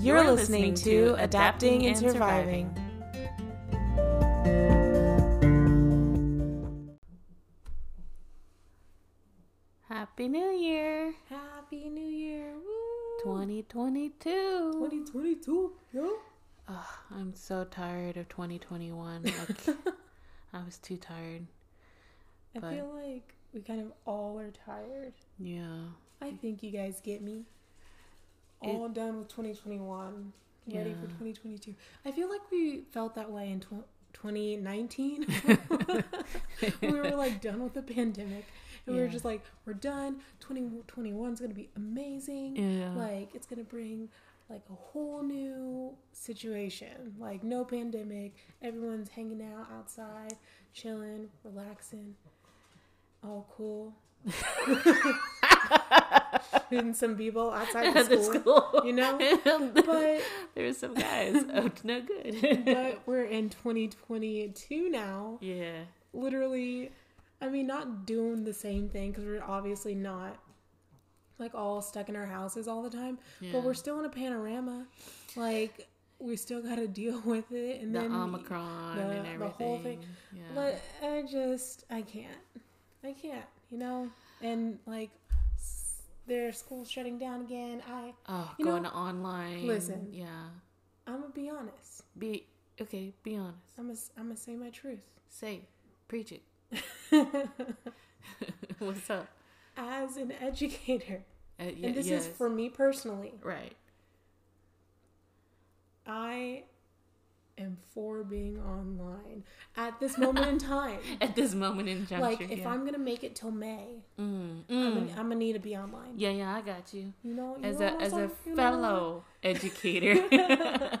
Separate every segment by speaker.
Speaker 1: You're, listening, to Adapting and Surviving. Happy New Year
Speaker 2: Happy New Year. Woo.
Speaker 1: 2022.
Speaker 2: 2022. Yo.
Speaker 1: Ugh, I'm so tired of 2021. Like, I was too tired.
Speaker 2: I
Speaker 1: But-
Speaker 2: feel like we kind of all are tired.
Speaker 1: Yeah.
Speaker 2: I think you guys get me. All done with 2021. Ready
Speaker 1: Yeah.
Speaker 2: for 2022. I feel like we felt that way in tw- 2019. we were like done with the pandemic. And we were
Speaker 1: Yeah.
Speaker 2: just like, we're done. 2021 is going to be amazing.
Speaker 1: Yeah.
Speaker 2: like it's gonna bring like a whole new situation like no pandemic everyone's hanging out outside chilling relaxing all cool and some people outside the
Speaker 1: At the
Speaker 2: school,
Speaker 1: school.
Speaker 2: you know but
Speaker 1: there were some guys. Oh, no good.
Speaker 2: but we're in 2022 now
Speaker 1: yeah.
Speaker 2: literally i mean not doing the same thing because we're obviously not like all stuck in our houses all the time
Speaker 1: Yeah.
Speaker 2: but we're still in a panorama like we still got to deal with it and
Speaker 1: the
Speaker 2: then
Speaker 1: Omicron
Speaker 2: the-
Speaker 1: and everything.
Speaker 2: the whole thing.
Speaker 1: Yeah.
Speaker 2: but i just i can't i can't you know and like s- their school's shutting down again i
Speaker 1: oh,
Speaker 2: you
Speaker 1: going
Speaker 2: know,
Speaker 1: online.
Speaker 2: listen.
Speaker 1: Yeah.
Speaker 2: i'm gonna be honest
Speaker 1: Be okay. Be honest.
Speaker 2: i'm gonna I'm gonna say my truth
Speaker 1: Say, it. preach it. What's up?
Speaker 2: as an educator
Speaker 1: Uh, ye-
Speaker 2: and this is
Speaker 1: yes.
Speaker 2: for me personally
Speaker 1: right.
Speaker 2: I am for being online at this moment in time.
Speaker 1: At this moment in juncture.
Speaker 2: like, if
Speaker 1: yeah.
Speaker 2: I'm gonna make it till May,
Speaker 1: Mm,
Speaker 2: I'm,
Speaker 1: mm.
Speaker 2: gonna, I'm gonna need to be online.
Speaker 1: yeah, yeah, I got you.
Speaker 2: You know, you
Speaker 1: as
Speaker 2: know
Speaker 1: a
Speaker 2: what I'm
Speaker 1: as a
Speaker 2: saying? You know what I'm
Speaker 1: fellow educator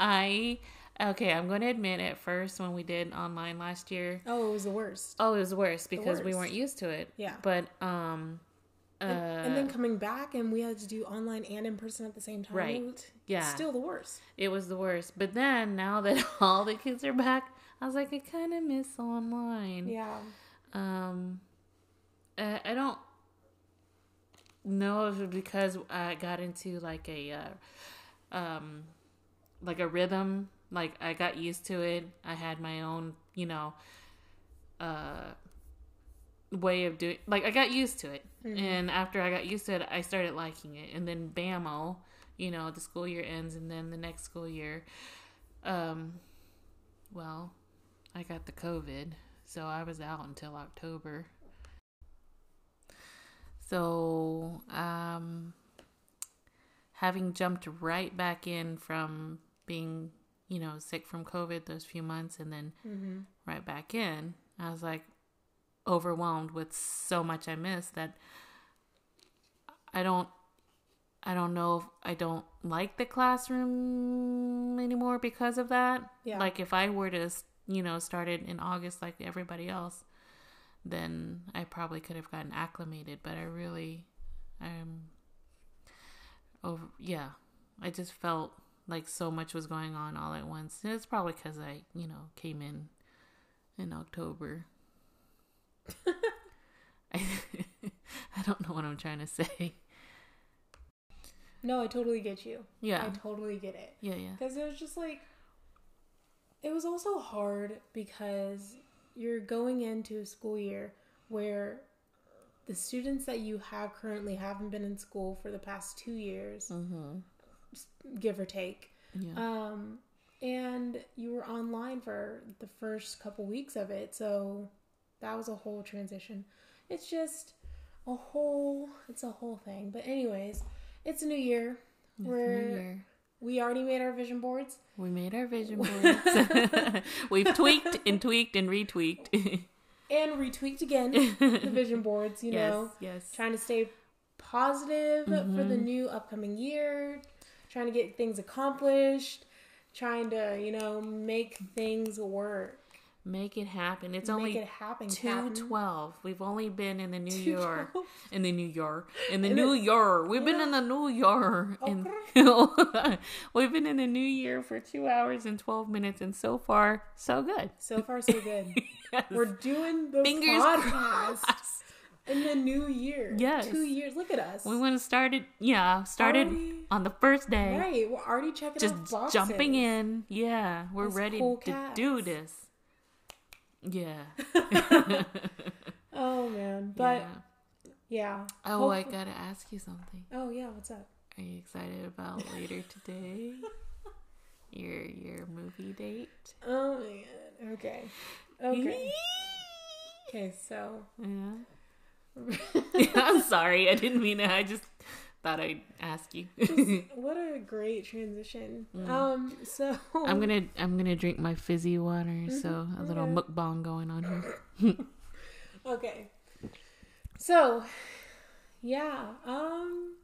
Speaker 1: i okay i'm going to admit at first when we did online last year
Speaker 2: saying? Oh, it was the worst.
Speaker 1: oh it was worse because we
Speaker 2: worst.
Speaker 1: weren't used to it
Speaker 2: Yeah.
Speaker 1: but um uh,
Speaker 2: And, and then coming back, and we had to do online and in person at the same time.
Speaker 1: Right.
Speaker 2: It was
Speaker 1: Yeah.
Speaker 2: Still the worst.
Speaker 1: it was the worst but then now that all the kids are back i was like i kind of miss online
Speaker 2: Yeah.
Speaker 1: um I, I don't know if it's because i got into like a uh, um like a rhythm like i got used to it i had my own you know uh way of doing like i got used to it and after i got used to it i started liking it and then bamo you know the school year ends and then the next school year um well I got the COVID, so I was out until October. So, um, having jumped right back in from being, you know, sick from COVID those few months and then right back in, I was like overwhelmed with so much I missed that I don't. I don't know if I don't like the classroom anymore because of that.
Speaker 2: Yeah.
Speaker 1: Like if I were to, you know, started in August like everybody else, then I probably could have gotten acclimated, but I really I'm over yeah. I just felt like so much was going on all at once. And It's probably cuz I, you know, came in in October. I, I don't know what I'm trying to say.
Speaker 2: No, I totally get you.
Speaker 1: Yeah.
Speaker 2: I totally get it.
Speaker 1: Yeah, yeah.
Speaker 2: Because it was just like, it was also hard because you're going into a school year where the students that you have currently haven't been in school for the past two years,
Speaker 1: Mm-hmm.
Speaker 2: s- give or take.
Speaker 1: Yeah.
Speaker 2: Um, and you were online for the first couple weeks of it. So that was a whole transition. It's just a whole, it's a whole thing. But, anyways, it's a new year. we're
Speaker 1: New year.
Speaker 2: we already made our vision boards.
Speaker 1: We made our vision boards. We've tweaked and tweaked and retweaked.
Speaker 2: and retweaked again the vision boards, you know,
Speaker 1: yes, Mm-hmm. yes.
Speaker 2: trying to stay positive for the new upcoming year, trying to get things accomplished, trying to, you know, make things work,
Speaker 1: Make it happen. It's
Speaker 2: make
Speaker 1: only
Speaker 2: it happen.
Speaker 1: two
Speaker 2: Captain.
Speaker 1: twelve. We've only been in the New Year,
Speaker 2: 212.
Speaker 1: in the New Year, in the Oh, New Year. We've been in the New Year, and we've been in the New Year for two hours and twelve minutes, and so far, so good.
Speaker 2: So far, so good. We're doing the
Speaker 1: Fingers
Speaker 2: podcast. in the new year.
Speaker 1: Yes.
Speaker 2: Two years. Look at us.
Speaker 1: We want to start it. Yeah, started
Speaker 2: Already-
Speaker 1: on the first day.
Speaker 2: Right. We're already checking
Speaker 1: Just
Speaker 2: off boxes.
Speaker 1: jumping in. Yeah, we're
Speaker 2: As
Speaker 1: ready
Speaker 2: cool
Speaker 1: to
Speaker 2: cats.
Speaker 1: do this. Yeah.
Speaker 2: Oh man. But
Speaker 1: Yeah.
Speaker 2: yeah.
Speaker 1: oh, I
Speaker 2: Hopef-
Speaker 1: gotta ask you something.
Speaker 2: Oh yeah. What's up?
Speaker 1: Are you excited about later today? Your your movie date?
Speaker 2: Oh man. Okay. Okay. okay. So
Speaker 1: Yeah. I'm sorry, I didn't mean it. I just thought I'd ask you.
Speaker 2: what a great transition. Um. So
Speaker 1: Mm. I'm gonna I'm gonna drink my fizzy water, so a little
Speaker 2: okay.
Speaker 1: mukbang going on here.
Speaker 2: Okay. So, yeah. Um.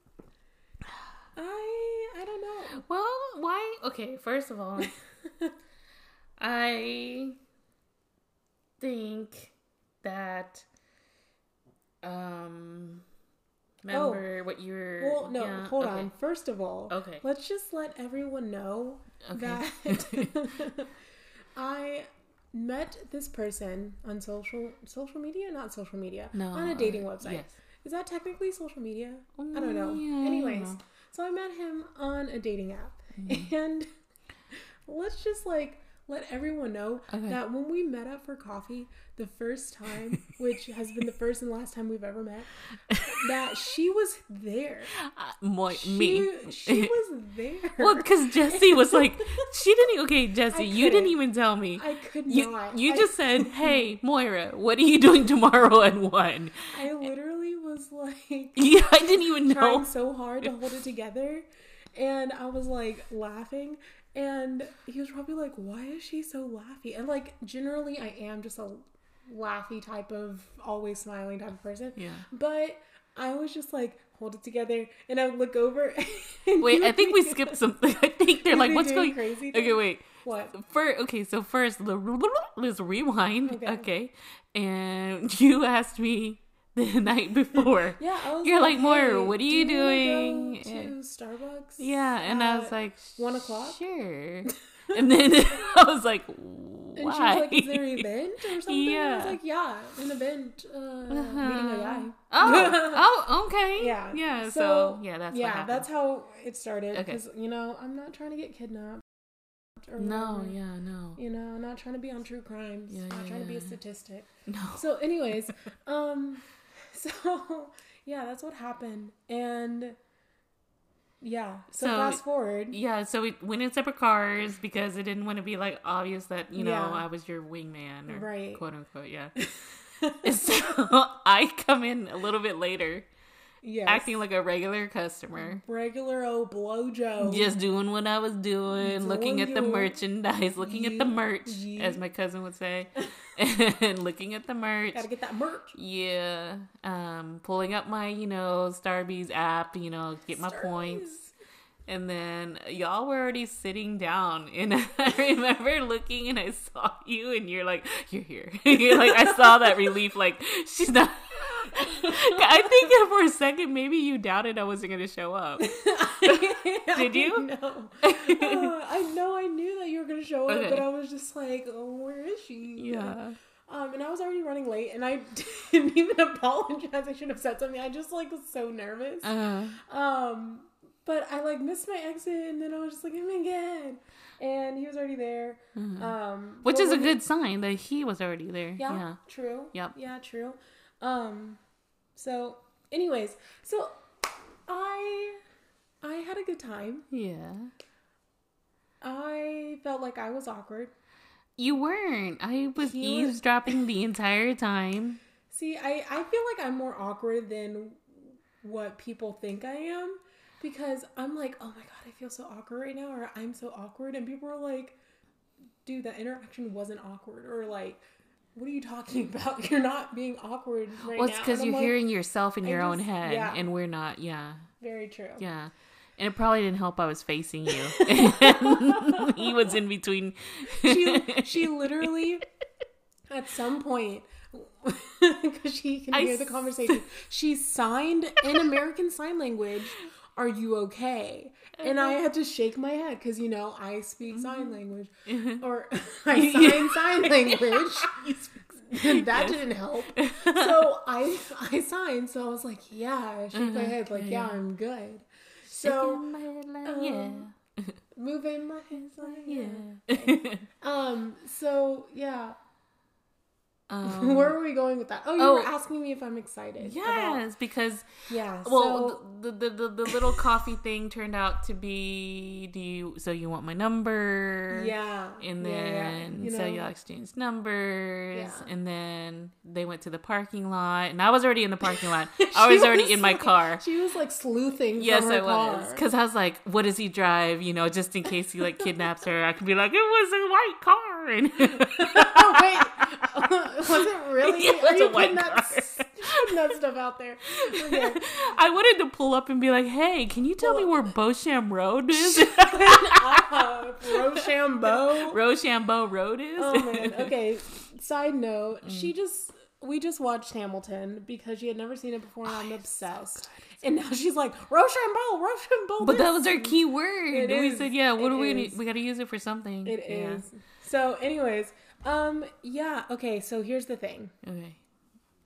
Speaker 2: I I don't know.
Speaker 1: Well, why? Okay, first of all, I think that um remember what you were.
Speaker 2: Oh, Well, no.
Speaker 1: yeah,
Speaker 2: hold
Speaker 1: okay.
Speaker 2: on. First of all,
Speaker 1: Okay.
Speaker 2: Let's just let everyone know
Speaker 1: Okay.
Speaker 2: that I met this person on social social media, not social media,
Speaker 1: No,
Speaker 2: on a dating website.
Speaker 1: yes.
Speaker 2: Is that technically social media? I
Speaker 1: Mm,
Speaker 2: don't know.
Speaker 1: yeah, I don't
Speaker 2: Anyways,
Speaker 1: know.
Speaker 2: so I met him on a dating app,
Speaker 1: Mm-hmm.
Speaker 2: and let's just like let everyone know
Speaker 1: Okay.
Speaker 2: that when we met up for coffee the first time, which has been the first and last time we've ever met, that she was there.
Speaker 1: Uh, moi-
Speaker 2: She,
Speaker 1: me.
Speaker 2: she was there.
Speaker 1: Well, because Jesse was like, she didn't. Okay, Jesse, you didn't
Speaker 2: couldn't.
Speaker 1: even tell me.
Speaker 2: I could
Speaker 1: you
Speaker 2: not.
Speaker 1: you
Speaker 2: I-
Speaker 1: just said, "Hey, Moira, what are you doing tomorrow at one?"
Speaker 2: I literally was like
Speaker 1: Yeah, I didn't even
Speaker 2: trying
Speaker 1: know.
Speaker 2: so hard to hold it together, and I was like laughing, and he was probably like, "Why is she so laughy?" And like generally, I am just a laughy type of always smiling type of person.
Speaker 1: Yeah.
Speaker 2: but I was just like hold it together, and I would look over. And
Speaker 1: Wait,
Speaker 2: he
Speaker 1: I
Speaker 2: would
Speaker 1: think
Speaker 2: be
Speaker 1: we skipped something. I think they're
Speaker 2: Were
Speaker 1: like,
Speaker 2: they
Speaker 1: "What's
Speaker 2: doing
Speaker 1: going?"
Speaker 2: crazy
Speaker 1: Okay,
Speaker 2: things?
Speaker 1: wait.
Speaker 2: What?
Speaker 1: For okay, so first the- let's rewind. Okay.
Speaker 2: Okay.
Speaker 1: and you asked me the night before.
Speaker 2: Yeah, I was
Speaker 1: You're like, "Moira,
Speaker 2: "Hey,
Speaker 1: what are
Speaker 2: do
Speaker 1: you
Speaker 2: wanna
Speaker 1: doing?"
Speaker 2: Go to
Speaker 1: And-
Speaker 2: Starbucks.
Speaker 1: Yeah, and I was
Speaker 2: at
Speaker 1: like,
Speaker 2: one o'clock?
Speaker 1: Sure. and then I was like, why?
Speaker 2: And she was like, "Is there an event or something?" I
Speaker 1: Yeah.
Speaker 2: was like, "Yeah, an event, uh, meeting a guy."
Speaker 1: oh, oh, okay.
Speaker 2: Yeah,
Speaker 1: yeah. So, yeah, that's
Speaker 2: yeah,
Speaker 1: what happened.
Speaker 2: that's how it started.
Speaker 1: Okay.
Speaker 2: Because you know, I'm not trying to get kidnapped. Or
Speaker 1: no,
Speaker 2: whatever.
Speaker 1: yeah, no,
Speaker 2: You know, I'm not trying to be on true crimes.
Speaker 1: Yeah,
Speaker 2: not
Speaker 1: yeah,
Speaker 2: trying to be a
Speaker 1: yeah.
Speaker 2: statistic.
Speaker 1: no.
Speaker 2: So, anyways, um, so yeah, that's what happened, and yeah. So,
Speaker 1: So-
Speaker 2: fast forward.
Speaker 1: Yeah, so we went in separate cars because it didn't want to be like obvious that you know
Speaker 2: Yeah.
Speaker 1: I was your wingman or
Speaker 2: Right.
Speaker 1: quote unquote. Yeah. And so I come in a little bit later,
Speaker 2: Yes.
Speaker 1: acting like a regular customer.
Speaker 2: regular old blowjo.
Speaker 1: Just doing what I was doing, looking
Speaker 2: Doing
Speaker 1: at the
Speaker 2: your-
Speaker 1: merchandise, looking at the
Speaker 2: you-
Speaker 1: merch,
Speaker 2: you-
Speaker 1: as my cousin would say, and looking at the merch.
Speaker 2: Gotta get that merch.
Speaker 1: Yeah. Um, pulling up my, you know, Starbucks app, you know, get my points. And then y'all were already sitting down. And I remember looking and I saw you and you're like, you're here. you're like, I saw that relief. Like, she's not. I think for a second, maybe you doubted I wasn't going to show up. Did you?
Speaker 2: No. Uh, I know I knew that you were gonna show up,
Speaker 1: Okay.
Speaker 2: but I was just like, oh, where is she?
Speaker 1: Yeah.
Speaker 2: Um, and I was already running late, and I didn't even apologize. I should have said something. I just like was so nervous.
Speaker 1: Uh,
Speaker 2: Um, but I like missed my exit, and then I was just like, oh my god. And he was already there. Um,
Speaker 1: Mm-hmm. which
Speaker 2: what
Speaker 1: is a
Speaker 2: was it?
Speaker 1: good sign that he was already there.
Speaker 2: Yeah,
Speaker 1: Yeah.
Speaker 2: true.
Speaker 1: Yep.
Speaker 2: Yeah, true. Um so anyways, so I I had a good time.
Speaker 1: Yeah.
Speaker 2: I felt like I was awkward.
Speaker 1: You weren't. I was
Speaker 2: He was-
Speaker 1: eavesdropping the entire time.
Speaker 2: See, I I feel like I'm more awkward than what people think I am because I'm like, "Oh my god, I feel so awkward right now," or "I'm so awkward." And people are like, "Dude, that interaction wasn't awkward." Or like, "What are you talking about? You're not being awkward right
Speaker 1: Well,
Speaker 2: now."
Speaker 1: it's because
Speaker 2: And I'm
Speaker 1: you're
Speaker 2: like,
Speaker 1: hearing yourself in
Speaker 2: I
Speaker 1: your own
Speaker 2: just-
Speaker 1: head,
Speaker 2: yeah.
Speaker 1: and we're not. Yeah,
Speaker 2: very true.
Speaker 1: yeah. And it probably didn't help. I was facing you. he was in between.
Speaker 2: she she literally at some point because she can
Speaker 1: I
Speaker 2: hear the
Speaker 1: s-
Speaker 2: conversation she signed in american sign language are you okay and i had to shake my head because you know Mm-hmm. i speak sign language or i sign sign language that didn't help. So I I signed. So I was like, yeah, I shook my head like, Mm-hmm. yeah, I'm good. So
Speaker 1: Shaking my head like,
Speaker 2: um, moving my hands like, yeah.
Speaker 1: yeah.
Speaker 2: Um. So yeah,
Speaker 1: Um,
Speaker 2: where were we going with that? Oh, you
Speaker 1: oh.
Speaker 2: were asking me if I'm excited. about-
Speaker 1: yes, because
Speaker 2: yeah.
Speaker 1: well,
Speaker 2: so-
Speaker 1: the, the the the little coffee thing turned out to be do you so you want my number?
Speaker 2: yeah.
Speaker 1: And
Speaker 2: yeah, yeah,
Speaker 1: then
Speaker 2: you
Speaker 1: so
Speaker 2: know.
Speaker 1: y'all exchanged numbers,
Speaker 2: Yeah.
Speaker 1: and then they went to the parking lot, and I was already in the parking lot. I was
Speaker 2: She
Speaker 1: already in my
Speaker 2: like-
Speaker 1: car.
Speaker 2: She was like sleuthing.
Speaker 1: Yes, I
Speaker 2: from her
Speaker 1: was,
Speaker 2: car.
Speaker 1: because I was like, "What does he drive?" You know, just in case he like kidnaps her, I could be like, "It was a white car." And
Speaker 2: oh wait, was it really?
Speaker 1: Yeah, it was
Speaker 2: Are you
Speaker 1: a white
Speaker 2: putting that,
Speaker 1: car.
Speaker 2: s- putting that stuff out there? Okay.
Speaker 1: I wanted to pull up and be like, "Hey, can you tell me where Beauchamp Road is?
Speaker 2: Uh, Rochambeau.
Speaker 1: Rochambeau Road is?"
Speaker 2: Oh man. Okay. Side note:
Speaker 1: Mm.
Speaker 2: She just we just watched Hamilton because she had never seen it before, and I'm obsessed. and now she's like Rochambeau, Rochambeau.
Speaker 1: But
Speaker 2: this."
Speaker 1: that was our key word.
Speaker 2: It
Speaker 1: we
Speaker 2: is.
Speaker 1: said, "Yeah, what
Speaker 2: It
Speaker 1: do we
Speaker 2: is.
Speaker 1: need? We got to use it for something."
Speaker 2: It is.
Speaker 1: Yeah.
Speaker 2: So, anyways, um, yeah. Okay. So here's the thing.
Speaker 1: Okay.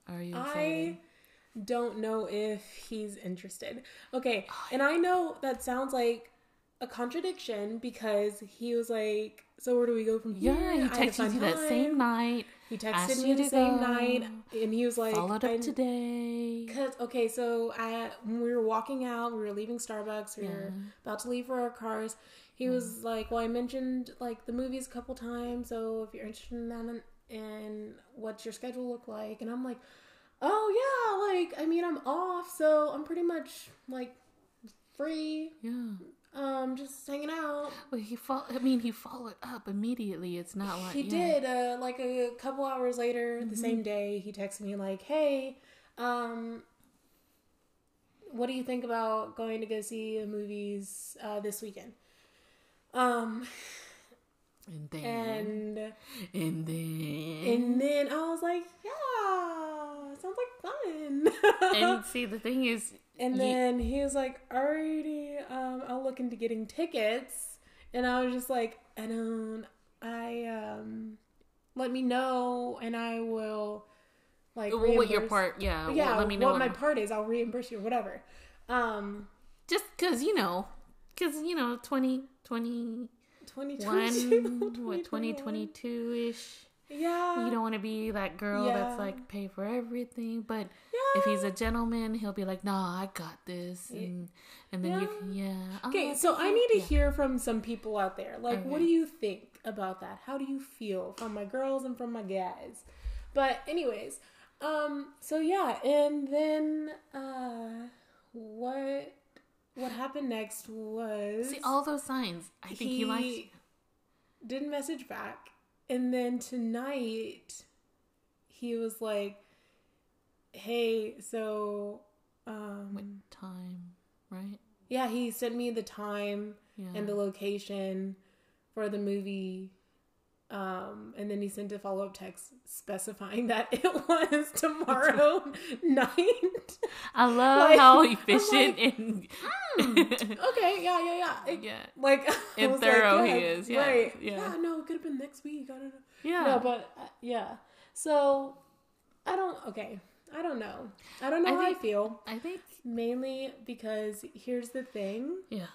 Speaker 1: Are you
Speaker 2: I
Speaker 1: excited?
Speaker 2: don't know if he's interested. Okay, and I know that sounds like a contradiction because he was like, "So where do we go from here?"
Speaker 1: yeah,
Speaker 2: I
Speaker 1: he
Speaker 2: had to
Speaker 1: texted
Speaker 2: find
Speaker 1: you that same
Speaker 2: time."
Speaker 1: night.
Speaker 2: He
Speaker 1: asked
Speaker 2: texted
Speaker 1: you
Speaker 2: me the
Speaker 1: to
Speaker 2: same
Speaker 1: go,
Speaker 2: night, and he was like,
Speaker 1: followed up
Speaker 2: "I'm-
Speaker 1: today.
Speaker 2: Cause okay, so I when we were walking out, we were leaving Starbucks, we were about to leave for our cars. He was like, "Well, I mentioned like the movies a couple times, so if you're interested in that, and, and what's your schedule look like?" And I'm like, "Oh yeah, like I mean, I'm off, so I'm pretty much like free,
Speaker 1: Yeah.
Speaker 2: um, just hanging out."
Speaker 1: Well, he fol- I mean, he followed up immediately. It's not Mm-hmm. like
Speaker 2: He
Speaker 1: yeah.
Speaker 2: did. Uh, like a couple hours later, the same day, he texted me like, "Hey, um, what do you think about going to go see the movies uh, this weekend?" Um,
Speaker 1: And then, and,
Speaker 2: and
Speaker 1: then,
Speaker 2: and then I was like, "Yeah, sounds like fun."
Speaker 1: and, see, the thing is,
Speaker 2: And
Speaker 1: Ye-
Speaker 2: then he was like, alrighty, um, I'll look into getting tickets. And I was just like, I don't, I, um, let me know and I will, like,
Speaker 1: well, what your
Speaker 2: reimburse-
Speaker 1: part? Yeah,
Speaker 2: Yeah,
Speaker 1: well, let me know
Speaker 2: what my
Speaker 1: I'm-
Speaker 2: part is. I'll reimburse you or whatever. Um,
Speaker 1: just because you know, because you know, 2021,
Speaker 2: 2022,
Speaker 1: what 2022 ish.
Speaker 2: Yeah.
Speaker 1: You don't want to be that girl that's
Speaker 2: Uh, Yeah.
Speaker 1: like pay for everything, but
Speaker 2: yeah.
Speaker 1: if he's a gentleman, he'll be like, "Nah, I got this," and and then you
Speaker 2: Yeah.
Speaker 1: can, yeah. I'll
Speaker 2: Okay,
Speaker 1: let
Speaker 2: so
Speaker 1: you-
Speaker 2: I need to
Speaker 1: Oh, yeah.
Speaker 2: hear from some people out there. Like, what do
Speaker 1: Okay.
Speaker 2: you think about that? How do you feel from my girls and from my guys? But anyways, um, so yeah, and then uh, what what happened next was
Speaker 1: See all those signs. I think he, likes.
Speaker 2: he didn't message back, and then tonight he was like, "Hey, so um,
Speaker 1: What time? Right?
Speaker 2: yeah, he sent me the time."
Speaker 1: Yeah.
Speaker 2: and the location for the movie. Um, and then he sent a follow up text specifying that it was tomorrow night.
Speaker 1: I love
Speaker 2: Like,
Speaker 1: how
Speaker 2: I'm like, "Hmm."
Speaker 1: efficient and
Speaker 2: okay, yeah, yeah, yeah. It-
Speaker 1: yeah,
Speaker 2: Like, I
Speaker 1: And
Speaker 2: was like,
Speaker 1: thorough he is, yeah,
Speaker 2: right.
Speaker 1: yeah.
Speaker 2: no, it could have been next week. I don't know.
Speaker 1: yeah.
Speaker 2: No, but uh, yeah. So I don't. Okay, I don't know. I don't know
Speaker 1: I
Speaker 2: how
Speaker 1: think-
Speaker 2: I feel.
Speaker 1: I think
Speaker 2: Mainly because here's the thing.
Speaker 1: yeah,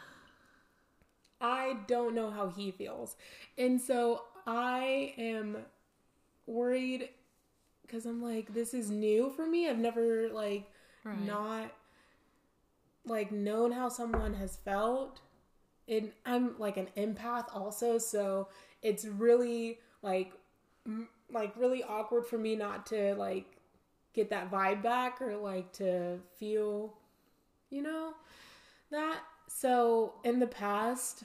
Speaker 2: I don't know how he feels. And so I am worried because I'm like, this is new for me. I've never, like,
Speaker 1: right.
Speaker 2: not, like, known how someone has felt. And I'm, like, an empath also. So it's really, like, m- like really awkward for me not to, like, get that vibe back or, like, to feel, you know? that. So in the past,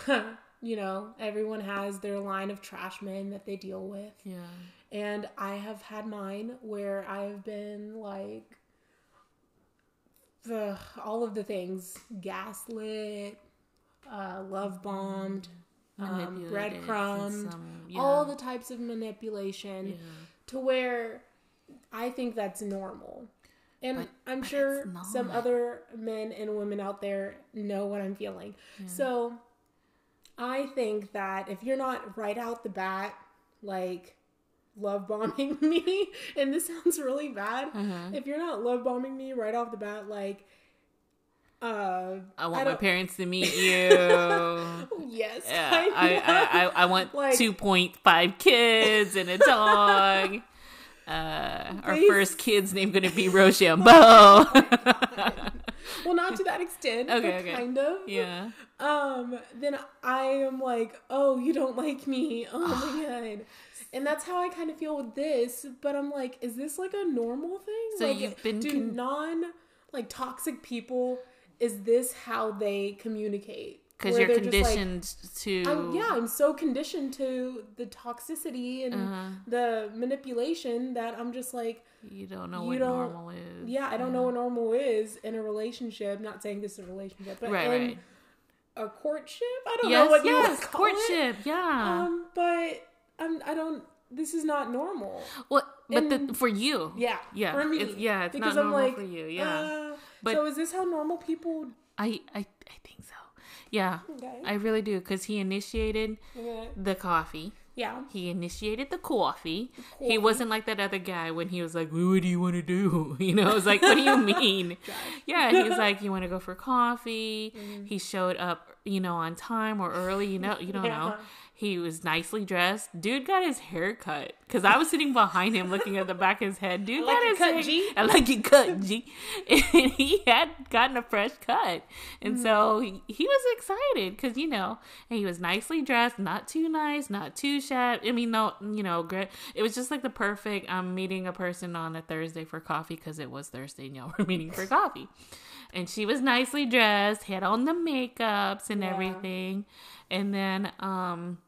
Speaker 2: you know, everyone has their line of trash men that they deal with.
Speaker 1: yeah,
Speaker 2: And I have had mine where I've been like the all of the things gaslit, uh, love bombed, um,
Speaker 1: Manipulated in
Speaker 2: breadcrumbed,
Speaker 1: some-
Speaker 2: all
Speaker 1: Mm-hmm. yeah,
Speaker 2: the types of manipulation
Speaker 1: yeah.
Speaker 2: to where I think that's normal. And
Speaker 1: But-
Speaker 2: I'm
Speaker 1: but
Speaker 2: sure
Speaker 1: it's not.
Speaker 2: some other men and women out there know what I'm feeling. So I think that if you're not right out the bat, like love bombing me, and this sounds really bad.
Speaker 1: Mm-hmm.
Speaker 2: If you're not love bombing me right off the bat, like, uh,
Speaker 1: I
Speaker 2: I
Speaker 1: want my
Speaker 2: don't-
Speaker 1: parents to meet you. yeah,
Speaker 2: yes,
Speaker 1: I,
Speaker 2: kind
Speaker 1: I, I,
Speaker 2: of.
Speaker 1: I want
Speaker 2: Like-
Speaker 1: 2.5 kids and a dog. Uh, our
Speaker 2: Bas-
Speaker 1: first kid's name gonna be Rochambeau.
Speaker 2: well, not to that extent,
Speaker 1: Okay,
Speaker 2: but
Speaker 1: okay.
Speaker 2: kind of.
Speaker 1: yeah.
Speaker 2: Um, then I am like, oh, you don't like me. Oh my god. And that's how I kind of feel with this, but I'm like, is this like a normal thing?
Speaker 1: So
Speaker 2: like,
Speaker 1: you've been
Speaker 2: do
Speaker 1: con-
Speaker 2: non like toxic people is this how they communicate?
Speaker 1: Because
Speaker 2: Where
Speaker 1: you're
Speaker 2: they're just like,
Speaker 1: conditioned to.
Speaker 2: I'm, yeah, I'm so conditioned to the toxicity and
Speaker 1: Uh-huh.
Speaker 2: the manipulation that I'm just like,
Speaker 1: You don't know
Speaker 2: You
Speaker 1: what
Speaker 2: don't-
Speaker 1: normal is.
Speaker 2: yeah, I don't know what normal is in a relationship. Not saying this is a relationship, but
Speaker 1: Right,
Speaker 2: in
Speaker 1: right.
Speaker 2: a courtship. I don't know
Speaker 1: yes,
Speaker 2: what you
Speaker 1: yes,
Speaker 2: would call it.
Speaker 1: courtship. Yeah.
Speaker 2: Um, but I'm, I don't. This is not normal.
Speaker 1: well, but the,
Speaker 2: and-
Speaker 1: for you.
Speaker 2: Yeah.
Speaker 1: Yeah,
Speaker 2: For me.
Speaker 1: it's- yeah, it's not
Speaker 2: because
Speaker 1: normal
Speaker 2: I'm like,
Speaker 1: for you, yeah.
Speaker 2: uh,
Speaker 1: But-
Speaker 2: so is this how normal people?
Speaker 1: I, I, I think so. Yeah.
Speaker 2: Okay.
Speaker 1: I really do. Because he initiated
Speaker 2: Okay.
Speaker 1: the coffee.
Speaker 2: Yeah.
Speaker 1: He initiated the coffee. He wasn't like that other guy when he was like, "What do you want to do?" You know, it's like, "What do you mean?" yeah, he was like, "You want to go for coffee?"
Speaker 2: Mm-hmm.
Speaker 1: He showed up, you know, on time or early. You know, you don't know.
Speaker 2: Yeah.
Speaker 1: He was nicely dressed. Dude got his hair cut because I was sitting behind him, looking at the back of his head. Dude
Speaker 2: like
Speaker 1: got
Speaker 2: your
Speaker 1: his
Speaker 2: cut,
Speaker 1: hair.
Speaker 2: G.
Speaker 1: I like your cut, G. And he had gotten a fresh cut, and
Speaker 2: Mm.
Speaker 1: so he, he was excited because you know, and he was nicely dressed, not too nice, not too shabby. I mean, no, you know, gr- it was just like the perfect. I'm meeting a person on a Thursday for coffee because it was Thursday, and y'all were meeting for coffee. And she was nicely dressed, had on the makeups and
Speaker 2: Yeah.
Speaker 1: everything, and then um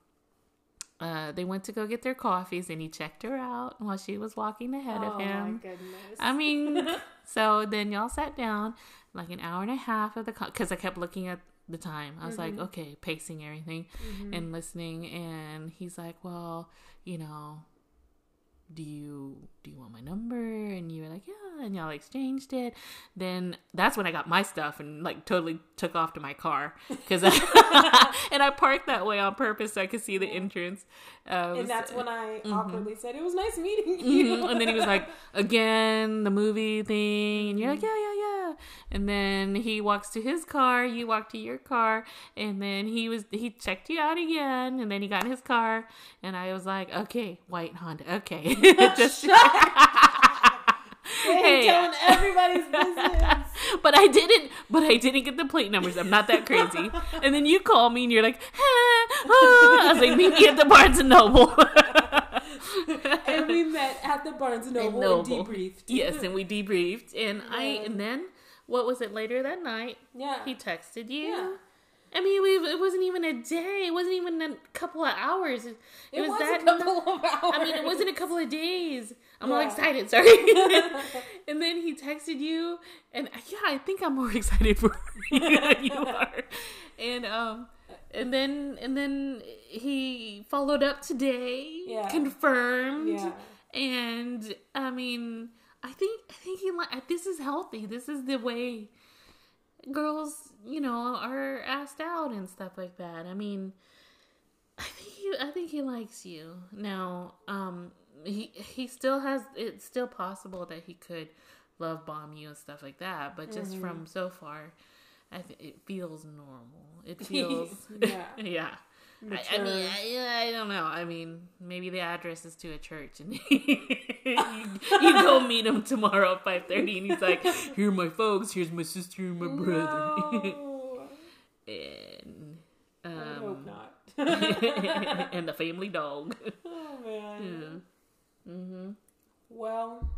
Speaker 1: uh, they went to go get their coffees and he checked her out while she was walking ahead
Speaker 2: Oh
Speaker 1: of
Speaker 2: my
Speaker 1: him.
Speaker 2: goodness.
Speaker 1: I mean, so then y'all sat down like an hour and a half of the because I kept looking at the time. I was like, okay, pacing everything and listening. And he's like, well, you know, do you do you want my number? And you were like, yeah. And y'all exchanged it. Then that's when I got my stuff and like totally took off to my car because and I parked that way on purpose so I could see the entrance. Um,
Speaker 2: and that's
Speaker 1: so-
Speaker 2: when I awkwardly said, "It was nice meeting you."
Speaker 1: Mhm. and then he was like, again, the movie thing. And you're like, yeah, yeah, yeah. And then he walks to his car, you walk to your car, and then he was he checked you out again, and then he got in his car, and I was like, okay, white Honda, okay, just.
Speaker 2: Hey,
Speaker 1: Hey.
Speaker 2: telling everybody's business.
Speaker 1: But I didn't. But I didn't get the plate numbers. I'm not that crazy. And then you call me and you're like, ah, ah. I was like, meet me at the Barnes and Noble.
Speaker 2: and we met at the Barnes and Noble,
Speaker 1: Noble.
Speaker 2: and debriefed.
Speaker 1: yes, and we debriefed. And I
Speaker 2: Yeah.
Speaker 1: and then what was it later that night?
Speaker 2: Yeah.
Speaker 1: He texted you.
Speaker 2: Yeah.
Speaker 1: I mean, we, it wasn't even a day. It wasn't even a couple of hours. It, it
Speaker 2: it
Speaker 1: was,
Speaker 2: was,
Speaker 1: that.
Speaker 2: a couple of hours.
Speaker 1: I mean, it wasn't a couple of days. I'm all
Speaker 2: Yeah.
Speaker 1: excited. Sorry. and then he texted you, and yeah, I think I'm more excited for you than you are. And um, and then and then he followed up today.
Speaker 2: Yeah.
Speaker 1: Confirmed.
Speaker 2: Yeah.
Speaker 1: And I mean, I think I think he like this is healthy. This is the way girls, you know, are asked out and stuff like that. I mean, I think he, I think he likes you. Now, um, he he still has it's still possible that he could love bomb you and stuff like that, but just from so far, I th- it feels normal. It feels
Speaker 2: Yeah.
Speaker 1: yeah. I, I
Speaker 2: Mature.
Speaker 1: mean, I, yeah, I don't know. I mean, maybe the address is to a church, and you, you go meet him tomorrow at five thirty, and he's like, "Here are my folks. Here's my sister and my brother."
Speaker 2: No.
Speaker 1: and
Speaker 2: I would
Speaker 1: um,
Speaker 2: hope not.
Speaker 1: and the family dog.
Speaker 2: oh man.
Speaker 1: Mm-hmm.
Speaker 2: Well,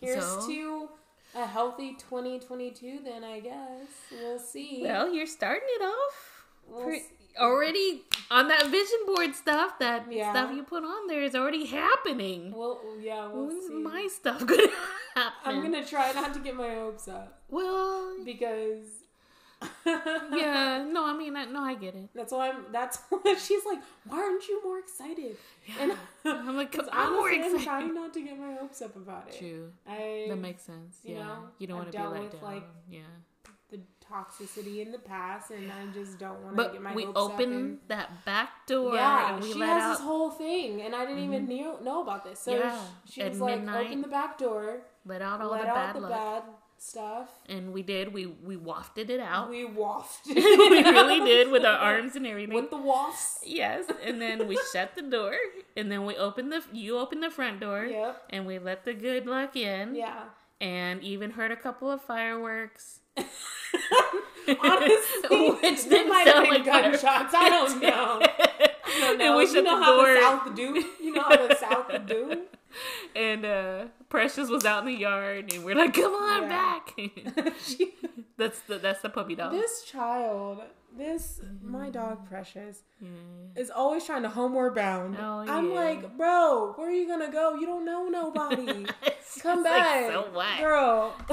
Speaker 2: here's
Speaker 1: So?
Speaker 2: to a healthy 2022. Then I guess we'll see.
Speaker 1: Well, you're starting it off
Speaker 2: We'll
Speaker 1: pre-
Speaker 2: see.
Speaker 1: already on that vision board stuff. That
Speaker 2: Yeah.
Speaker 1: stuff you put on there is already happening.
Speaker 2: Well, yeah, we'll
Speaker 1: When's
Speaker 2: see.
Speaker 1: my stuff gonna happen?
Speaker 2: I'm gonna try not to get my hopes up
Speaker 1: Well,
Speaker 2: because.
Speaker 1: yeah, no, I mean, I, no, I get it.
Speaker 2: That's why I'm. That's why she's like, why aren't you more excited? And
Speaker 1: I'm like,
Speaker 2: because
Speaker 1: I'm more
Speaker 2: honestly, I'm
Speaker 1: excited.
Speaker 2: trying not to get my hopes up about it.
Speaker 1: True,
Speaker 2: I
Speaker 1: that makes sense.
Speaker 2: you
Speaker 1: yeah,
Speaker 2: know,
Speaker 1: you don't
Speaker 2: I've
Speaker 1: want to be
Speaker 2: dealt
Speaker 1: let
Speaker 2: with,
Speaker 1: down.
Speaker 2: like,
Speaker 1: yeah,
Speaker 2: the toxicity in the past, and I just don't want to
Speaker 1: But
Speaker 2: get my
Speaker 1: we
Speaker 2: hopes up
Speaker 1: opened
Speaker 2: and-
Speaker 1: that back door
Speaker 2: yeah,
Speaker 1: and we
Speaker 2: she
Speaker 1: let
Speaker 2: has
Speaker 1: out. Mm-hmm.
Speaker 2: this whole thing, and I didn't even knew, know about this. So
Speaker 1: Yeah,
Speaker 2: sh- she
Speaker 1: at
Speaker 2: was like,
Speaker 1: midnight.
Speaker 2: open the back door,
Speaker 1: let out all
Speaker 2: let
Speaker 1: the
Speaker 2: out
Speaker 1: bad
Speaker 2: the
Speaker 1: luck.
Speaker 2: bad stuff.
Speaker 1: And we did. We we wafted it out.
Speaker 2: We wafted.
Speaker 1: Oh. we really did with our arms and everything.
Speaker 2: With the wafts.
Speaker 1: Yes, and then we shut the door, and then we opened the you opened the front door,
Speaker 2: Yep.
Speaker 1: and we let the good luck in,
Speaker 2: Yeah.
Speaker 1: and even heard a couple of fireworks.
Speaker 2: Honestly,
Speaker 1: Which
Speaker 2: it
Speaker 1: didn't
Speaker 2: might have
Speaker 1: sound
Speaker 2: been
Speaker 1: like
Speaker 2: gunshots. I don't know. I don't
Speaker 1: and
Speaker 2: know.
Speaker 1: we
Speaker 2: you
Speaker 1: shut
Speaker 2: know
Speaker 1: the
Speaker 2: how
Speaker 1: door,
Speaker 2: the South do. You know how the South do.
Speaker 1: and uh, Precious was out in the yard, and we're like, "Come on
Speaker 2: Yeah.
Speaker 1: back!" that's the that's the puppy dog.
Speaker 2: this child, this my
Speaker 1: Mm-hmm.
Speaker 2: dog Precious,
Speaker 1: Yeah.
Speaker 2: is always trying to homeward bound.
Speaker 1: Oh,
Speaker 2: I'm
Speaker 1: yeah.
Speaker 2: like, bro, where are you gonna go? You don't know nobody.
Speaker 1: It's just, like,
Speaker 2: Come back,
Speaker 1: so what?
Speaker 2: girl.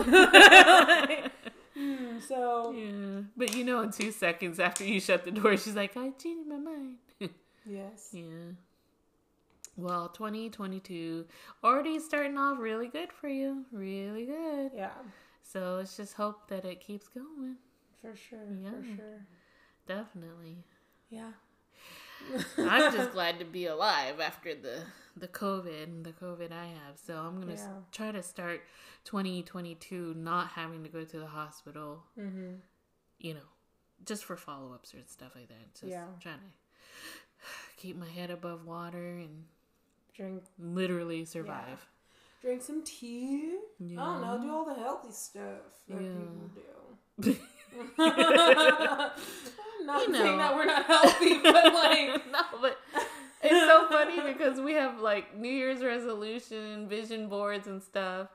Speaker 2: Hmm, so
Speaker 1: yeah, but you know, in two seconds after you shut the door, she's like, "I changed my mind."
Speaker 2: yes,
Speaker 1: Yeah. Well, 2022 already starting off really good for you. Really good.
Speaker 2: yeah,
Speaker 1: So let's just hope that it keeps going.
Speaker 2: for sure, for
Speaker 1: Yeah.
Speaker 2: sure,
Speaker 1: Definitely.
Speaker 2: yeah.
Speaker 1: I'm just glad to be alive after the the COVID and the COVID I have. So I'm going to
Speaker 2: Yeah.
Speaker 1: try to start 2022 not having to go to the hospital,
Speaker 2: Mhm.
Speaker 1: you know, just for follow-ups or stuff like that. Just
Speaker 2: Yeah.
Speaker 1: trying to keep my head above water and
Speaker 2: drink
Speaker 1: literally survive.
Speaker 2: drink some tea. I don't know, do all the healthy stuff that
Speaker 1: Yeah.
Speaker 2: people do.
Speaker 1: Yeah.
Speaker 2: I'm not
Speaker 1: You know.
Speaker 2: saying that we're not healthy, but like,
Speaker 1: no, but it's so funny because we have like New Year's resolution, vision boards and stuff,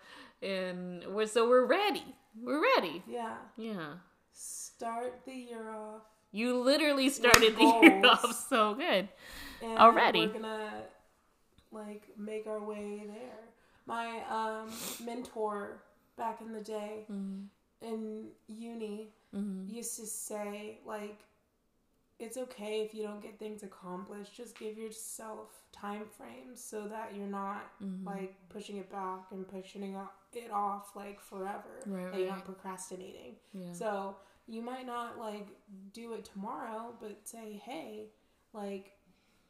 Speaker 1: and we're so we're ready. We're ready.
Speaker 2: yeah,
Speaker 1: Yeah,
Speaker 2: start the year off.
Speaker 1: you literally started the year
Speaker 2: goals.
Speaker 1: off so good.
Speaker 2: and
Speaker 1: Already.
Speaker 2: we're gonna like make our way there my um mentor back in the day
Speaker 1: Mm-hmm.
Speaker 2: in uni used to say like it's okay if you don't get things accomplished just give yourself time frames so that you're not
Speaker 1: Mm-hmm.
Speaker 2: like pushing it back and pushing it off like forever
Speaker 1: Right,
Speaker 2: and you're
Speaker 1: right.
Speaker 2: not procrastinating
Speaker 1: Yeah.
Speaker 2: so you might not like do it tomorrow, but say, hey, like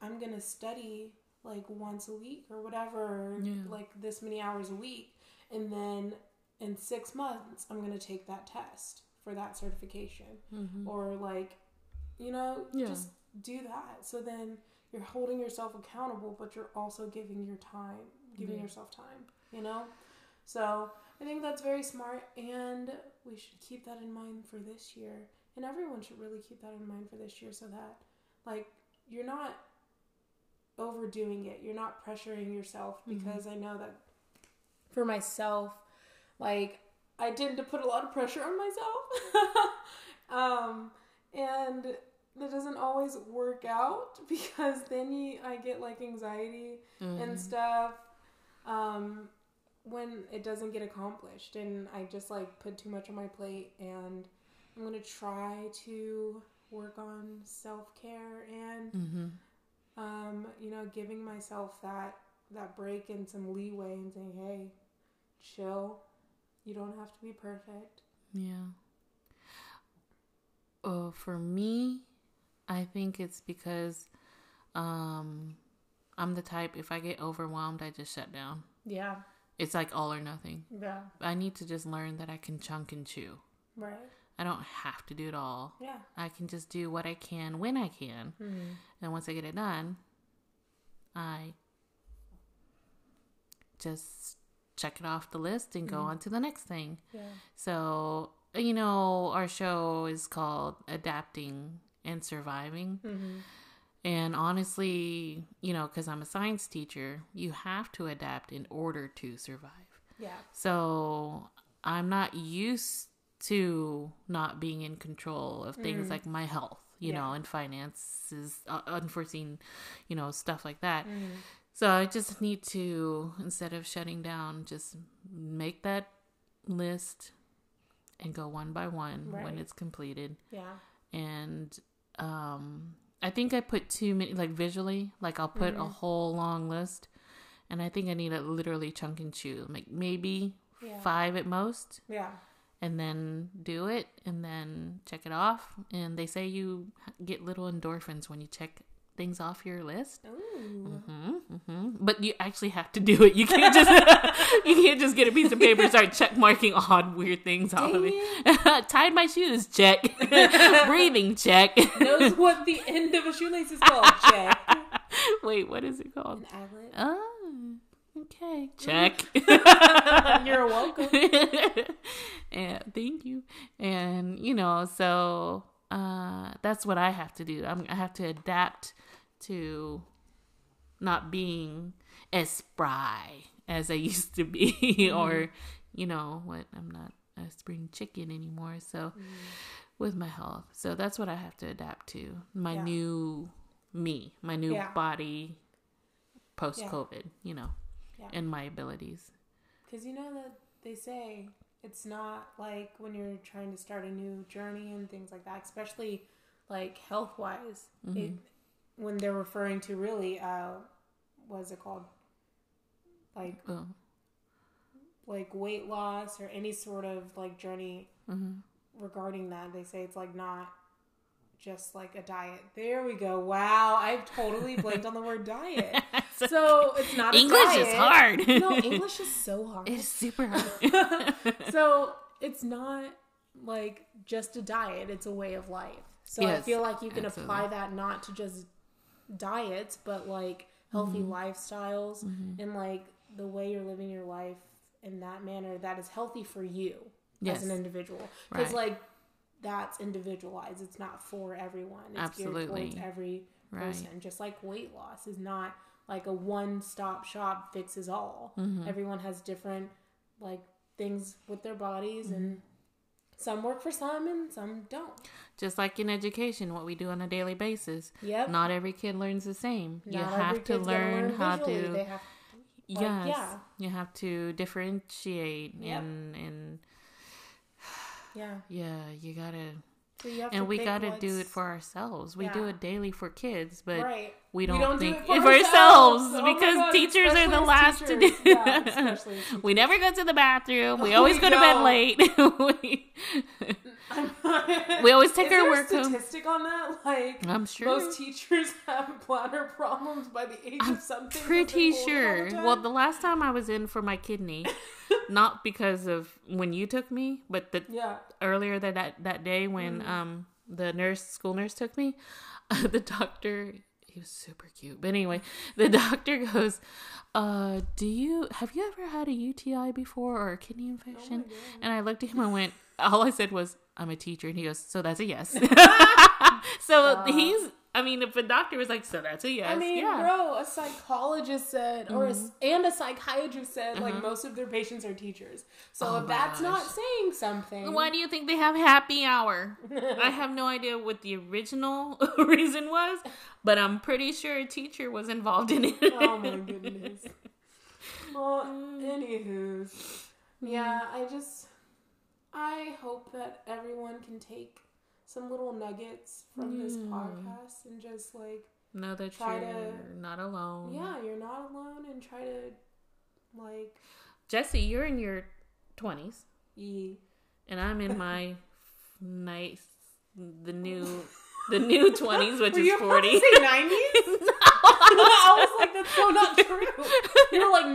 Speaker 2: I'm gonna study like once a week or whatever, or,
Speaker 1: Yeah.
Speaker 2: like this many hours a week, and then in six months I'm gonna take that test for that certification,
Speaker 1: Mm-hmm.
Speaker 2: or like, you know,
Speaker 1: Mm. Yeah.
Speaker 2: just do that. So then you're holding yourself accountable, but you're also giving your time, giving
Speaker 1: Yeah.
Speaker 2: yourself time, you know. So I think that's very smart, and we should keep that in mind for this year. And everyone should really keep that in mind for this year so that, like, you're not overdoing it. You're not pressuring yourself because I know that for myself, like, I tend to put a lot of pressure on myself. um, and that doesn't always work out because then you, I get like anxiety and stuff. Um, when it doesn't get accomplished and I just like put too much on my plate and I'm gonna try to work on self care and
Speaker 1: mm-hmm.
Speaker 2: um, you know, giving myself that that break and some leeway and saying, Hey, chill. You don't have to be perfect.
Speaker 1: Yeah. Oh, for me, I think it's because um I'm the type if I get overwhelmed, I just shut down.
Speaker 2: Yeah.
Speaker 1: It's like all or nothing.
Speaker 2: Yeah.
Speaker 1: I need to just learn that I can chunk and chew.
Speaker 2: Right.
Speaker 1: I don't have to do it all.
Speaker 2: Yeah.
Speaker 1: I can just do what I can when I can. And once I get it done, I just check it off the list and go on to the next thing.
Speaker 2: Yeah.
Speaker 1: So, you know, our show is called Adapting and Surviving. And honestly, you know, because I'm a science teacher, you have to adapt in order to survive.
Speaker 2: Yeah.
Speaker 1: So I'm not used to not being in control of things like my health, you
Speaker 2: Mm. Yeah.
Speaker 1: know, and finances, uh, unforeseen, you know, stuff like that.
Speaker 2: Mm.
Speaker 1: So I just need to, instead of shutting down, just make that list and go one by one
Speaker 2: Right.
Speaker 1: when it's completed.
Speaker 2: Yeah.
Speaker 1: And um, I think I put too many, like visually, like I'll put
Speaker 2: Mm.
Speaker 1: a whole long list. And I think I need to literally chunk and chew, like maybe
Speaker 2: Yeah.
Speaker 1: five at most.
Speaker 2: Yeah.
Speaker 1: and then do it and then check it off. And they say you get little endorphins when you check things off your list.
Speaker 2: Ooh.
Speaker 1: hmm hmm But you actually have to do it. You can't just you can't just get a piece of paper and start check marking odd weird things off of
Speaker 2: Dang
Speaker 1: it. Tied my shoes, check. Breathing, check.
Speaker 2: Knows what the end of a shoelace is called. Check.
Speaker 1: Wait, what is it called?
Speaker 2: An aglet.
Speaker 1: Oh, okay. Check.
Speaker 2: You're welcome.
Speaker 1: yeah, thank you. And you know, so uh, that's what I have to do. I'm, I have to adapt to not being as spry as I used to be,
Speaker 2: Mm-hmm.
Speaker 1: or you know, what I'm not a spring chicken anymore. So
Speaker 2: Mm.
Speaker 1: with my health, so that's what I have to adapt to. My
Speaker 2: Yeah.
Speaker 1: new me, my new
Speaker 2: Yeah.
Speaker 1: body post COVID, you know,
Speaker 2: Yeah.
Speaker 1: and my abilities.
Speaker 2: Because you know that they say it's not like when you're trying to start a new journey and things like that, especially like health wise. It When they're referring to really, uh, what is it called? Like
Speaker 1: Oh,
Speaker 2: like weight loss or any sort of like journey
Speaker 1: Mm-hmm.
Speaker 2: regarding that. They say it's like not just like a diet. There we go. Wow, I've totally blanked on the word diet. So it's not a
Speaker 1: English is
Speaker 2: diet.
Speaker 1: hard.
Speaker 2: No, English is so hard.
Speaker 1: It's super hard.
Speaker 2: so it's not like just a diet it's a way of life so i
Speaker 1: Yes,
Speaker 2: feel like you can
Speaker 1: absolutely.
Speaker 2: apply that not to just diets but like healthy
Speaker 1: Mm-hmm.
Speaker 2: lifestyles and like the way you're living your life in that manner that is healthy for you
Speaker 1: Yes.
Speaker 2: as an individual because
Speaker 1: Right.
Speaker 2: like that's individualized it's not for everyone it's geared
Speaker 1: Absolutely.
Speaker 2: towards every
Speaker 1: Right.
Speaker 2: person just like weight loss is not like a one-stop shop fixes all
Speaker 1: Mm-hmm.
Speaker 2: everyone has different like things with their bodies
Speaker 1: Mm-hmm.
Speaker 2: and some work for some and some don't
Speaker 1: Just like in education, what we do on a daily basis.
Speaker 2: yep
Speaker 1: Not every kid learns the same. you
Speaker 2: Not every
Speaker 1: have to
Speaker 2: kid's gonna
Speaker 1: learn how
Speaker 2: visually.
Speaker 1: to.
Speaker 2: they have like,
Speaker 1: yes,
Speaker 2: yeah.
Speaker 1: you have to differentiate
Speaker 2: Yep.
Speaker 1: and and
Speaker 2: yeah
Speaker 1: yeah, you gotta
Speaker 2: so you have to
Speaker 1: and we
Speaker 2: pick
Speaker 1: gotta do
Speaker 2: what's-
Speaker 1: it for ourselves. We do
Speaker 2: Yeah.
Speaker 1: it daily for kids, but
Speaker 2: right
Speaker 1: we don't,
Speaker 2: don't do
Speaker 1: think
Speaker 2: it
Speaker 1: for,
Speaker 2: for
Speaker 1: ourselves,
Speaker 2: ourselves. Oh my
Speaker 1: because
Speaker 2: God,
Speaker 1: teachers are
Speaker 2: especially
Speaker 1: the
Speaker 2: as
Speaker 1: last to do.
Speaker 2: teachers. Yeah, especially as teachers. Oh
Speaker 1: we never go to the bathroom. We
Speaker 2: We
Speaker 1: always go to bed
Speaker 2: don't.
Speaker 1: late. we, we always take
Speaker 2: is
Speaker 1: our
Speaker 2: there
Speaker 1: work
Speaker 2: a
Speaker 1: home.
Speaker 2: statistic on that like
Speaker 1: I'm sure.
Speaker 2: most teachers have bladder problems by the age of something 'cause
Speaker 1: pretty
Speaker 2: they're older all the
Speaker 1: sure.
Speaker 2: time.
Speaker 1: well, the last time I was in for my kidney, not because of when you took me, but the
Speaker 2: yeah Mm.
Speaker 1: earlier that, that that day when um the nurse school nurse took me, the doctor he was super cute. But anyway, the doctor goes, "Uh, do you have you ever had a UTI before or a kidney
Speaker 2: Oh
Speaker 1: infection?" and I looked at him and went, all I said was, "I'm a teacher," and he goes, "So that's a yes." so he's. I mean, if a doctor was like, "So that's a yes,"
Speaker 2: I mean,
Speaker 1: yeah. Mm-hmm.
Speaker 2: bro, a psychologist said, or a s and a psychiatrist said, like most of their patients are teachers. So
Speaker 1: Oh
Speaker 2: if
Speaker 1: my
Speaker 2: that's not
Speaker 1: gosh.
Speaker 2: saying something,
Speaker 1: Why do you think they have happy hour? I have no idea what the original reason was, but I'm pretty sure a teacher was involved in it.
Speaker 2: oh my goodness. Well, anywho,
Speaker 1: Mm-hmm.
Speaker 2: yeah, I just, I hope that everyone can take some little nuggets from this podcast and just like,
Speaker 1: know that
Speaker 2: Try
Speaker 1: you're
Speaker 2: to-
Speaker 1: not alone.
Speaker 2: yeah, you're not alone and try to, like,
Speaker 1: Jesse, you're in your 20s,
Speaker 2: e.
Speaker 1: and I'm in my nice, the new, the new 20s, which is 40.
Speaker 2: nineties? I was like, that's so not true. You're like,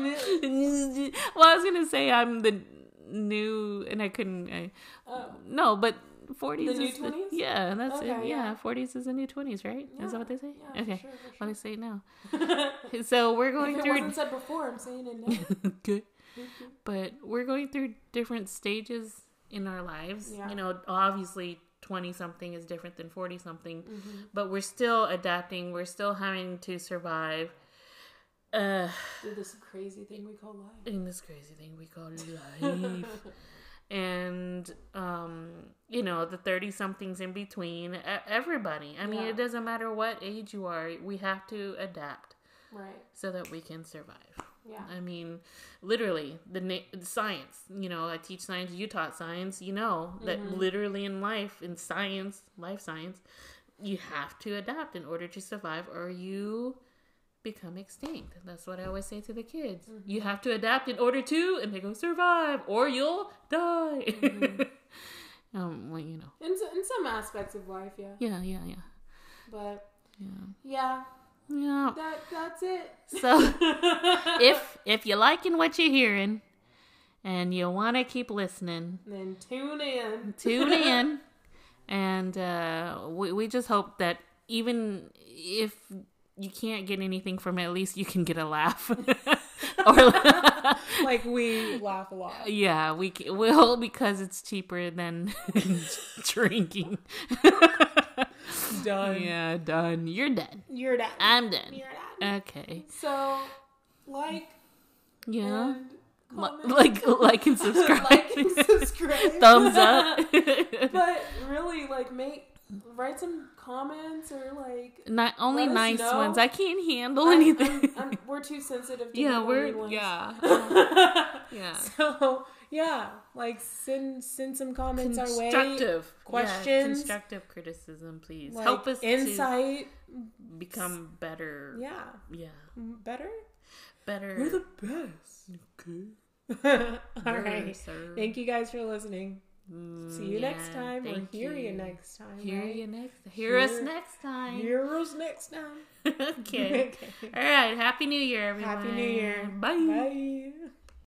Speaker 2: n-
Speaker 1: well, I was gonna say I'm the new, and I couldn't. I,
Speaker 2: oh.
Speaker 1: No, but 40s
Speaker 2: The new
Speaker 1: is
Speaker 2: 20s?
Speaker 1: yeah, that's it.
Speaker 2: Okay,
Speaker 1: Yeah,
Speaker 2: yeah.
Speaker 1: 40s is the new 20s, right? Is that what they say?
Speaker 2: Yeah,
Speaker 1: okay.
Speaker 2: For sure, for
Speaker 1: What do
Speaker 2: sure.
Speaker 1: they say now? so we're going
Speaker 2: if it
Speaker 1: through
Speaker 2: wasn't said before, I'm saying it now.
Speaker 1: good. But we're going through different stages in our lives.
Speaker 2: Yeah.
Speaker 1: You know, obviously 20 something is different than 40 something,
Speaker 2: Mm-hmm.
Speaker 1: but we're still adapting. We're still having to survive uh
Speaker 2: Do this crazy thing we call life.
Speaker 1: in this crazy thing we call life. and um, you know the thirty somethings in between. e- Everybody. I mean,
Speaker 2: Yeah.
Speaker 1: it doesn't matter what age you are. We have to adapt
Speaker 2: Right.
Speaker 1: so that we can survive.
Speaker 2: Yeah.
Speaker 1: I mean, literally the na- science. You know, I teach science. You taught science. You know that literally in life, in science, life science, you have to adapt in order to survive, or you become extinct. That's what I always say to the kids. You have to adapt in order to, and they go survive, or you'll die. Um, well, you know.
Speaker 2: In, so- in some aspects of life, yeah.
Speaker 1: Yeah, yeah, yeah,
Speaker 2: But
Speaker 1: yeah,
Speaker 2: yeah,
Speaker 1: yeah.
Speaker 2: that that's it.
Speaker 1: So if if you're liking what you're hearing, and you want to keep listening,
Speaker 2: then tune in.
Speaker 1: tune in, and uh, we we just hope that even if you can't get anything from it, at least you can get a laugh. or
Speaker 2: like we laugh a lot.
Speaker 1: yeah, we c- will because it's cheaper than drinking.
Speaker 2: Done.
Speaker 1: yeah, done. You're done.
Speaker 2: You're done.
Speaker 1: I'm done.
Speaker 2: You're done.
Speaker 1: Okay.
Speaker 2: so like
Speaker 1: Yeah.
Speaker 2: and
Speaker 1: Li-
Speaker 2: comment.
Speaker 1: like like and subscribe.
Speaker 2: like and subscribe.
Speaker 1: Thumbs up.
Speaker 2: but really, like make write some comments or like
Speaker 1: Not only
Speaker 2: Let us
Speaker 1: nice
Speaker 2: know.
Speaker 1: ones. I can't handle
Speaker 2: I'm-
Speaker 1: anything.
Speaker 2: I'm- I'm- we're too sensitive. To
Speaker 1: yeah,
Speaker 2: the mean
Speaker 1: we're
Speaker 2: ones.
Speaker 1: yeah. Yeah.
Speaker 2: So yeah, like send send some comments our way.
Speaker 1: Constructive yeah,
Speaker 2: questions.
Speaker 1: constructive criticism, please.
Speaker 2: Like,
Speaker 1: Help us
Speaker 2: insight.
Speaker 1: to become better. Yeah,
Speaker 2: Yeah, better.
Speaker 1: better.
Speaker 2: We're the best.
Speaker 1: Okay.
Speaker 2: All right. Thank you guys for listening.
Speaker 1: Mm,
Speaker 2: See you next time, or hear you. next time.
Speaker 1: Hear
Speaker 2: right?
Speaker 1: you next. Hear us
Speaker 2: Hear-
Speaker 1: next time.
Speaker 2: Hear us next time.
Speaker 1: okay. All right. Happy New Year, everyone.
Speaker 2: Happy New Year.
Speaker 1: Bye.
Speaker 2: Bye.